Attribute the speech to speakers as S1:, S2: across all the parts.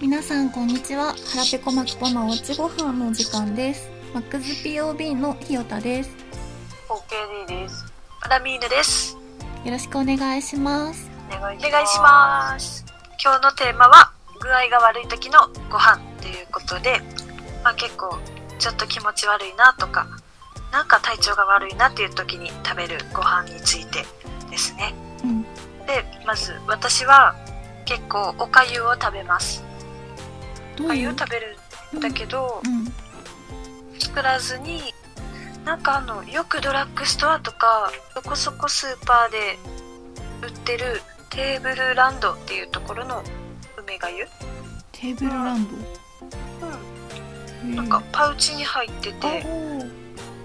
S1: 皆さんこんにちは腹ペコマキポのおうちご飯の時間ですマックス POB のひよたです
S2: OKD です。アラミーヌです。
S1: よろしくお願いします
S2: お願いします。今日のテーマは、具合が悪い時のご飯ということで、まあ、結構、ちょっと気持ち悪いなとか、なんか体調が悪いなっていう時に食べるご飯についてですね。
S1: うん
S2: で、まず私は結構おかゆを食べます。
S1: ど
S2: お
S1: う
S2: か
S1: い
S2: ゆ
S1: う
S2: 食べるんだけど、
S1: うん
S2: 作らずになんかあのよくドラッグストアとかそこそこスーパーで売ってるテーブルランドっていうところの梅がゆ、
S1: テーブルランド
S2: なんかパウチに入って
S1: へ
S2: て
S1: ーあ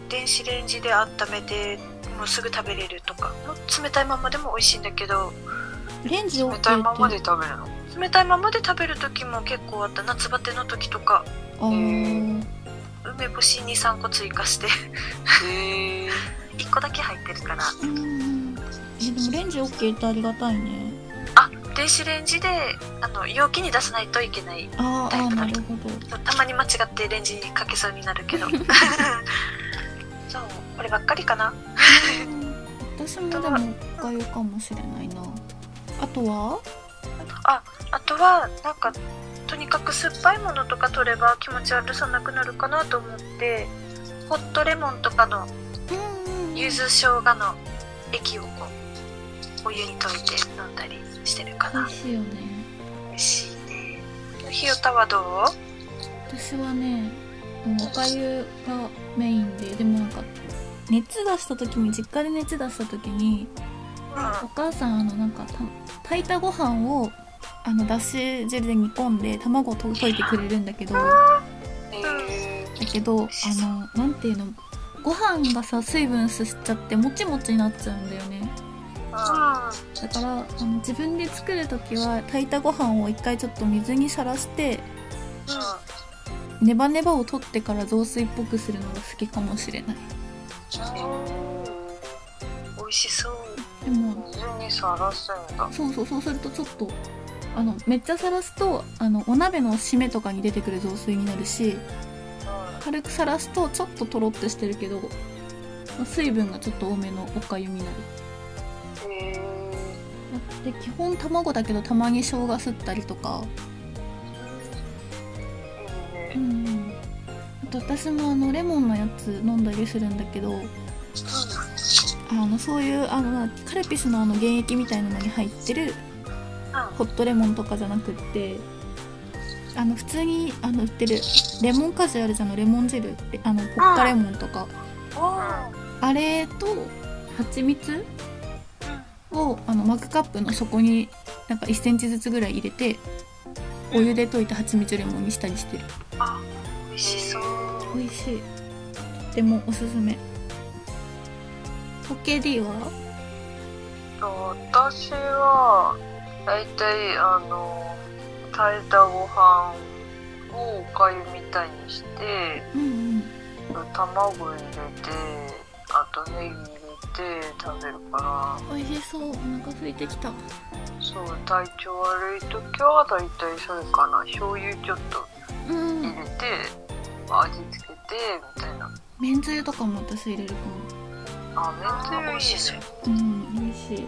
S2: 電子レンジで温めてもうすぐ食べれるとかもう冷たいままでも美味しいんだけど
S1: おレンジを
S2: 冷たいままで食べるの冷たいままで食べる時も結構あった夏バテの時とか
S1: あー
S2: 梅干し23個追加して
S3: へー
S2: 1個だけ入ってるから
S1: うんうんえでもレンジ OK ってありがたいね
S2: あ電子レンジであの容器に出さないといけない
S1: あーあーなるほど
S2: たまに間違ってレンジにかけそうになる けどそうこればっかりかな
S1: 私もでもおかゆかもしれないなあとは
S2: ああとはなんかとにかく酸っぱいものとか取れば気持ち悪さなくなるかなと思ってホットレモンとかの
S1: うん
S2: 柚子生姜の液をこうお湯に溶いて飲んだりしてるか
S1: 美
S2: な
S1: 味しいよね
S2: 美味しいねひよたはどう
S1: 私はねあのおかゆがメインででもなんか熱出した時に実家で熱出した時に
S2: うん
S1: お母さんあのなんかた炊いたご飯をあのだし汁で煮込んで卵をと溶いてくれるんだけどだ
S3: え
S1: けどあのなんていうのご飯がさ水分吸っちゃってもちもちになっちゃうんだよね
S2: う
S1: だからあの自分で作る時は炊いたご飯を一回ちょっと水にさらして
S2: んうん
S1: ネバネバを取ってから雑炊っぽくするのが好きかもしれない
S2: 美味しそう
S1: でも
S3: 水にさらすんだ
S1: そうそうそうするとちょっとあのめっちゃさらすとあのお鍋の締めとかに出てくる雑炊になるし軽くさらすとちょっととろってしてるけどまあ水分がちょっと多めのおかゆになる
S3: へえ
S1: で基本卵だけどたまに生姜すったりとか
S3: いいね
S1: うんあと私もあのレモンのやつ飲んだりするんだけどあのそういうあのカルピスのあの原液みたいなのに入ってるホットレモンとかじゃなくってあの普通にあの売ってるレモン果汁あるじゃんレモン汁であのポッカレモンとか
S2: お
S1: あれと蜂蜜をあのマグカップの底になんか1センチずつぐらい入れてお湯で溶いた蜂蜜レモンにしたりしてる
S2: 美味しそう
S1: 美味しいとてもおすすめ OKD は
S3: 私は大体あの炊いたご飯をおかゆみたいにして
S1: うん
S3: 卵入れてあとネギ入れて食べるか
S1: うん美味しそうお腹空いてきた
S3: らそう体調悪い時は大体それかな醤油ちょっと
S1: うん
S3: 入れて味付けてみたいな
S1: めんつゆとかも私入れるかも
S3: あめんつゆいいね
S2: 美味しそう
S1: うん美味しい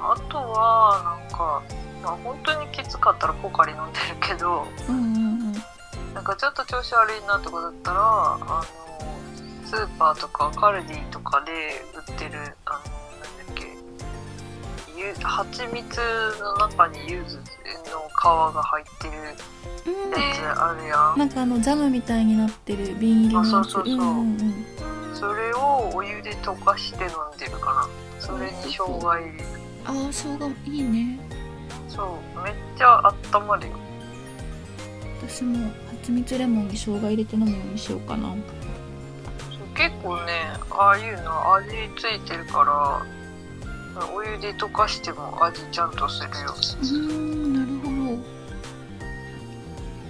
S3: あとはなんか、まあ、本当にきつかったらポカリ飲んでるけど
S1: うんうんうん
S3: なんかちょっと調子悪いなとかだったらあのスーパーとかカルディとかで売ってるあのなんだっけゆ蜂蜜の中に柚子の皮が入ってる
S1: うん
S3: やつあるやん
S1: なんかあのジャムみたいになってる瓶入りのやつ
S3: あそうそうそうん
S1: ん
S3: それをお湯で溶かして飲んでるかなそれに生姜入り
S1: あー生姜いいね
S3: そうめっちゃあったまるよ
S1: 私も蜂蜜レモンに生姜入れて飲むようにしようかな
S3: そう結構ねああいうの味ついてるからお湯で溶かしても味ちゃんとするよ
S1: うんなるほど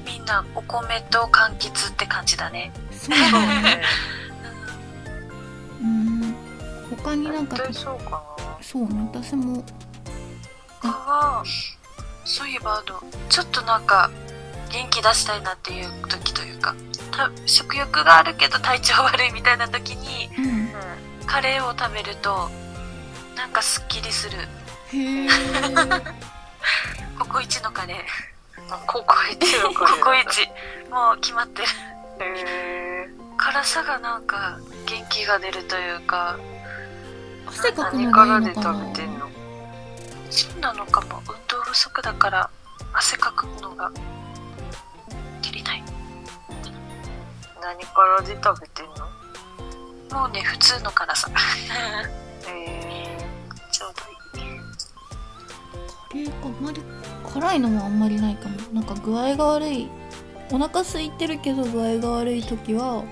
S2: みんなお米と柑橘って感じだね
S1: そうだね
S3: ね
S1: うん他になんか
S3: 絶対そうかな
S1: そうね私も
S2: ああそういえばあのちょっとなんか元気出したいなっていう時というかた食欲があるけど体調悪いみたいな時に
S1: うん
S2: カレーを食べるとなんかすっきりする
S1: へえ
S2: ココイチのカレー
S3: ココイチの
S2: コ
S3: カレー
S2: コイチもう決まってる
S3: へ
S2: 辛さがなんか元気が出るというか
S1: 汗かく
S3: 何
S1: の
S3: か
S1: が
S3: ら
S1: いい
S3: で
S1: のか
S3: 食
S1: な
S3: べてんの
S2: そうなのかも運動不足だから汗かくのが足りない
S3: 何からで食べてんの
S2: もうね普通の辛さ
S3: へ
S2: ちょうどいい
S1: カレーかあんまり辛いのもあんまりないかもなんか具合が悪いお腹空いてるけど具合が悪い時は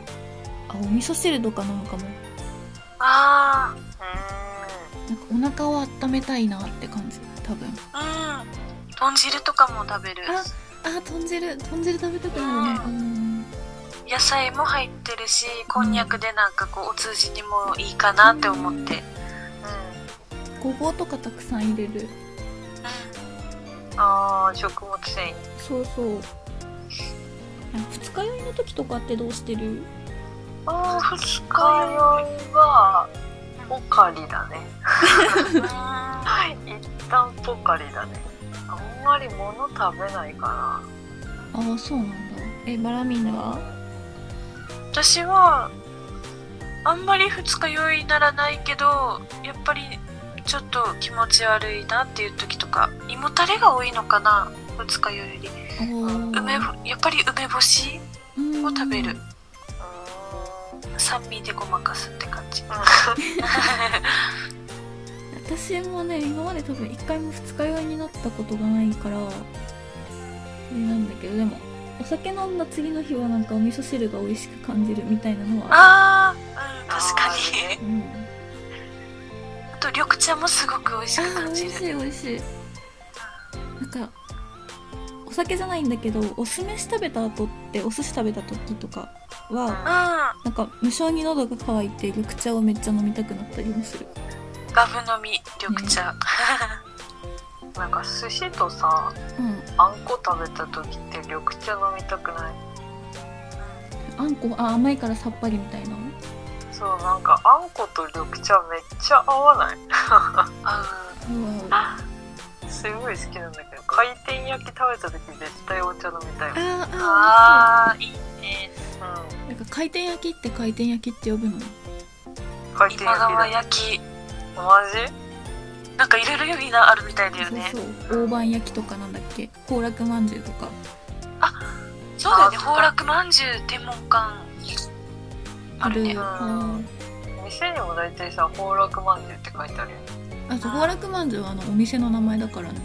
S1: あお味噌汁とかなのかも
S2: あ
S1: なんかお腹を温めたいなって感じ多分
S2: あうん豚汁とかも食べる
S1: ああ豚汁豚汁食べたくなるねうん
S2: 野菜も入ってるしこんにゃくでなんかこうお通じにもいいかなって思ってうん
S1: ごぼうとかたくさん入れる
S3: うんあー食物繊維
S1: そうそうなんか二日酔いの時とかってどうしてる
S3: ああ二日酔いはポカリだね
S2: うん
S3: 一旦ポカリだねあんまり物食べないか
S1: ああそうなんだえバラミーナは
S2: 私はあんまり二日酔いにならないけどやっぱりちょっと気持ち悪いなっていう時とか胃もたれが多いのかな二日酔いより
S1: あー
S2: 梅ぼやっぱり梅干し
S1: うん
S2: を食べる
S3: なうーん
S2: 酸味でごまかすって感じ
S1: 私もね今まで多分一回も二日酔いになったことがないからあれなんだけどでもお酒飲んだ次の日はなんかお味噌汁が美味しく感じるみたいなのはあ
S2: ああうん確かに
S1: るうん
S2: あと緑茶もすごく美味し
S1: あ
S2: く
S1: ー
S2: 感
S1: 美
S2: じ
S1: 味しい
S2: る
S1: 美味しいなんかお酒じゃないんだけどお酢飯食べた後ってお寿司食べた時とかは
S2: うん
S1: なんか無性に喉が渇いて緑茶をめっちゃ飲みたくなったりもする
S2: ガブ飲み緑茶、
S3: なんか寿司とさ
S1: うん
S3: あんこ食べた時って緑茶飲みたくない
S1: あんこあ甘いからさっぱりみたいな
S3: そうなんかあんこと緑茶めっちゃ合わない
S2: あー
S1: うわ
S3: すごい好きなんだけど回転焼き食べた時絶対お茶飲みたいもん、うん、
S1: あーあ
S2: あーいいね
S1: ーなんか回転焼きって回転焼きって呼ぶの
S3: 回転
S2: 今
S3: 焼き
S2: 川
S3: だ
S2: 焼き
S3: マジ
S2: なんかいろいろ呼びがあるみたいだよね
S1: そうそう大判焼きとかなんだっけ行楽まんじゅうとか
S2: そうだよね
S3: あそう
S2: 崩落まんじゅう天文館にあるね
S1: あ
S3: 店にも大体さ崩落まんじゅうって書いてあるよ
S1: ーあそう行楽まんじゅうはあのお店の名前だからね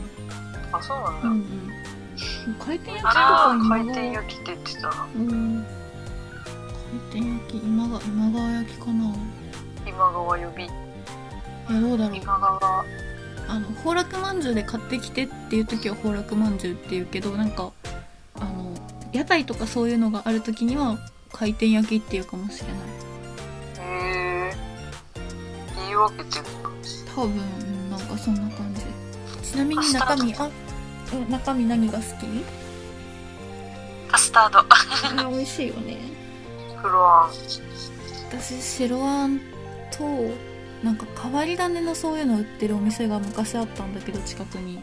S3: あそうなん
S1: う
S3: だ、
S1: んう
S3: うん
S1: 回転焼きと
S3: あ
S1: か
S3: 回
S1: 今
S3: 転
S1: 川
S3: 焼きって言ってたな
S1: うん回転焼き今が今川焼きかな
S3: 今川呼び
S1: いやどうだろう
S3: 今川
S1: あの崩落まんじゅうで買ってきてっていう時は崩落まんじゅうっていうけどなんかあの屋台とかそういうのがある時には回転焼きっていうかもしれない
S3: へえ言い分けてる
S1: 多分うんなんかそんな感じちなみに中身あうん中身何が好き
S2: カスタード
S1: あ美味しいよね
S3: フロアン
S1: 私白あんとなんか変わり種のそういうの売ってるお店が昔あったんだけど近くに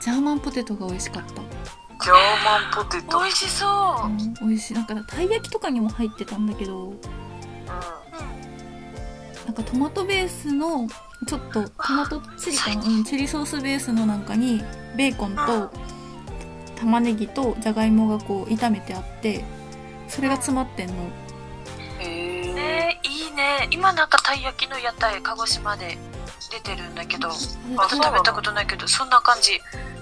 S1: ジャーマンポテトが美味しかった
S3: ジャーマンポテト
S2: 美味しそう、
S1: あの美味しいなんかたい焼きとかにも入ってたんだけど
S3: う
S1: なんかトマトベースのちょっとトマトチリかな、うん、チリソースベースのなんかにベーコンと玉ねぎとじゃがいもがこう炒めてあってそれが詰まってんの
S3: んへ
S2: うん、
S3: え
S2: ねいいね今なんかたい焼きの屋台鹿児島で出てるんだけどまだ
S3: そうな
S2: 食
S3: の
S2: べたことないけどそんな感じ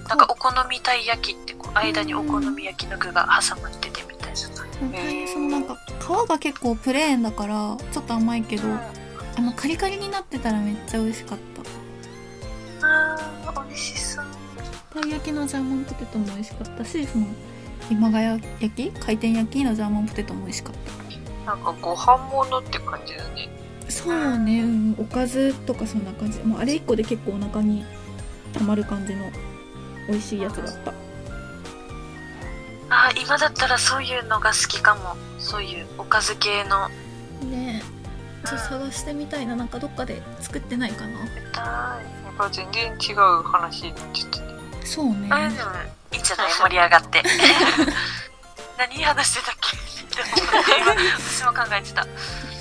S2: なんかお好みたい焼きってこう間にお好み焼きの具が挟まっててみたいな
S1: うん大変そのなんか皮が結構プレーンだからちょっと甘いけどあのカリカリになってたらめっちゃ美味しかった
S2: あー美味しそう
S1: たい焼きのジャーマンポテトも美味しかったしその今川焼き回転焼きのジャーマンポテトも美味しかった
S3: なんかご飯物って感じだね
S1: そうね、うん、おかずとかそんな感じもうあれ1個で結構お腹にたまる感じの美味しいやつだった
S3: へ
S2: ああ今だったらそういうのが好きかもそういうおかず系の
S1: ねえちょっと探してみたいななんかどっかで作ってないかな
S3: なんか全然違う話になっちゃってね
S1: そうね
S2: あでもいいんじゃない盛り上がって 何話してたっ け今私も考えてた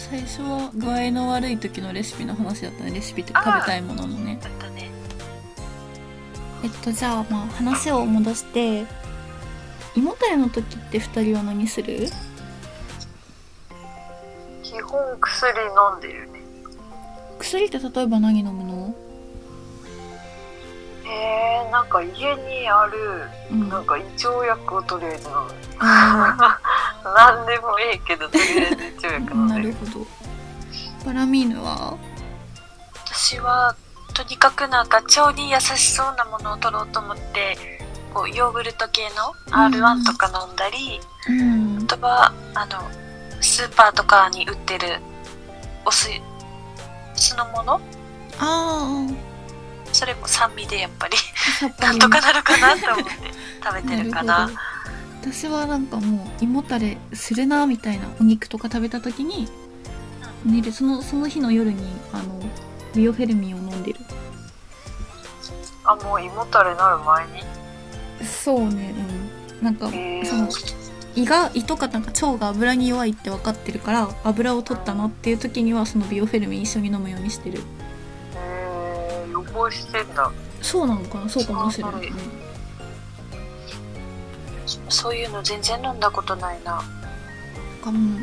S1: 最初は具合の悪い時のレシピの話だったねレシピって食べたいもののね
S2: だったね
S1: えっとじゃあまあ話を戻して胃もたれの時って2人は何する
S3: 基本薬飲んでるね
S1: 薬って例えば何飲むの
S3: へえなんか家にある
S1: うん
S3: なんか胃腸薬をとりあえず飲む
S1: あ
S3: 何でもいいけどとりあえず胃腸薬飲
S1: ー
S3: ん
S1: な
S3: で
S1: る
S3: る
S1: ほどバラミーヌは
S2: 私はとにかくなんか腸に優しそうなものを取ろうと思ってこうヨーグルト系の
S1: うん
S2: R1 とか飲んだり、
S1: うん
S2: あとはあのスーパーとかに売ってるお酢酢のもの
S1: あー
S2: それも酸味でやっぱり
S1: さっぱ
S2: な
S1: り
S2: んとかなるかなと思って食べてるか
S1: る
S2: な
S1: ほど私はなんかもう胃もたれするなみたいなお肉とか食べた時に寝るそのその日の夜にあのビオフェルミンを飲んでる
S3: あもう胃もたれなる前に
S1: そうねうんなんか
S3: へー
S1: その胃が胃とかなんか腸が油に弱いって分かってるから油を取ったなっていう時にはそのビオフェルミン一緒に飲むようにしてる
S3: へえ予防してんだ
S1: そうなのかなそうかもしれないね
S2: そういうの全然飲んだことないな
S1: かも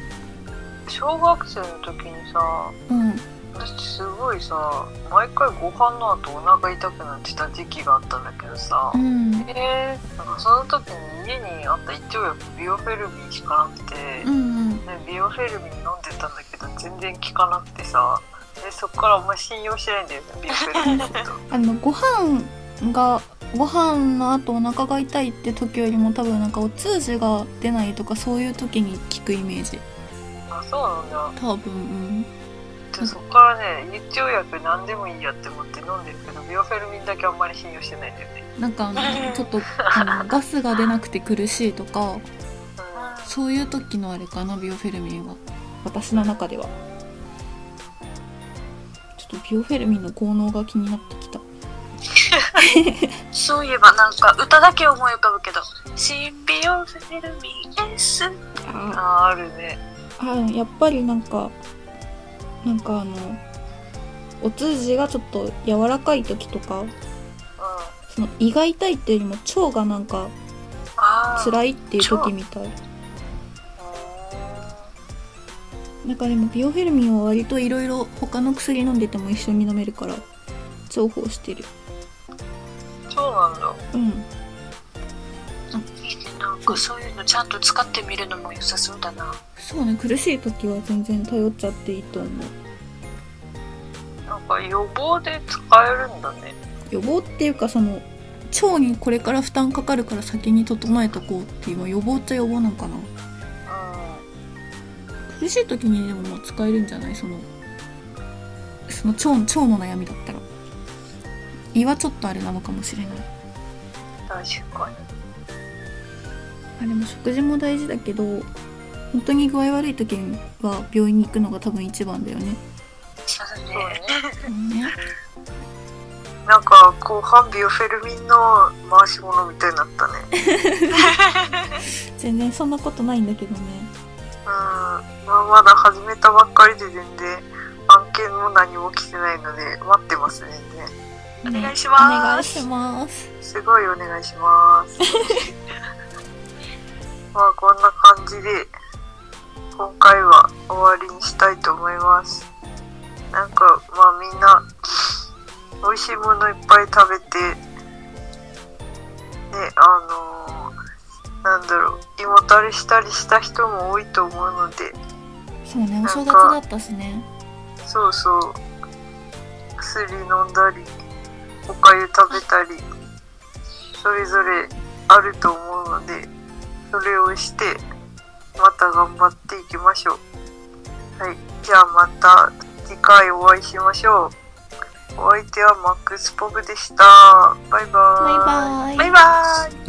S3: 小学生の時にさ
S1: うん
S3: 私すごいさ毎回ご飯の後お腹痛くなってた時期があったんだけどさ
S1: うん
S3: えー、なんかその時に家にあった胃腸薬ビオフェルミンしかなくて、
S1: うんうん
S3: ねビオフェルミン飲んでたんだけど全然効かなくてさでそっからあんま信用してないんだよねビオフェルミン のこと
S1: あのご飯がご飯の後お腹が痛いって時よりも多分なんかお通じが出ないとかそういう時に効くイメージ
S3: あそうなんだ
S1: 多分うん
S3: でそっからね胃腸薬何でもいいやって思って飲んでるけどビオフェルミンだけあんまり信用してないんだよね
S1: なんかあのちょっとあのガスが出なくて苦しいとかそういう時のあれかなビオフェルミンは私の中ではちょっとビオフェルミンの効能が気になってきた
S2: そういえばなんか歌だけ思い浮かぶけど「シンビオフェルミン S」
S3: うん
S1: あ
S3: あーあるね
S1: はいやっぱりなんかなんかあのお通じがちょっと柔らかい時とか
S3: う
S1: その胃が痛いっていうよりも腸がなんか
S2: あー
S1: 辛いっていう時みたいなんかでもビオフェルミンは割といろいろ他の薬飲んでても一緒に飲めるから重宝してる
S3: んそうなんだ
S1: うん
S2: いいねなんかそういうのちゃんと使ってみるのも良さそうだな
S1: そうね苦しい時は全然頼っちゃっていいと思う
S3: なんか予防で使えるんだね
S1: 予防っていうかその腸にこれから負担かかるから先に整えとこうっていうまあ予防っちゃ予防なのかな
S3: う
S1: 苦しい時にでもまあ使えるんじゃないそのその腸腸の悩みだったら胃はちょっとあれなのかもしれない
S3: ん確かに
S1: あでも食事も大事だけど本当に具合悪い時は病院に行くのが多分一番だよね。
S2: そうだ
S3: そう
S2: ね
S3: ね
S1: ね
S3: なんか後半ビオフェルミンの回し物みたいになったね
S1: 全然そんなことないんだけどね。
S3: うんまあ、まだ始めたばっかりで全然案件も何も来てないので待ってますね
S2: お願いし
S1: お
S2: ます
S1: 願いします。
S3: すごいお願いします まあこんな感じで今回は終わりにしたいと思いますなんかまあみんな美味しいものいっぱい食べてねあのーなんだろう胃もたれしたりした人も多いと思うので
S1: そうね、お正月だったしね。
S3: そうそう薬飲んだりおかゆ食べたりそれぞれあると思うのでそれをしてまた頑張っていきましょうはいじゃあまた次回お会いしましょうお相手はマックスポグでしたバイバ
S1: バイ
S3: ー
S1: バイ。
S3: イ
S2: バイバーイ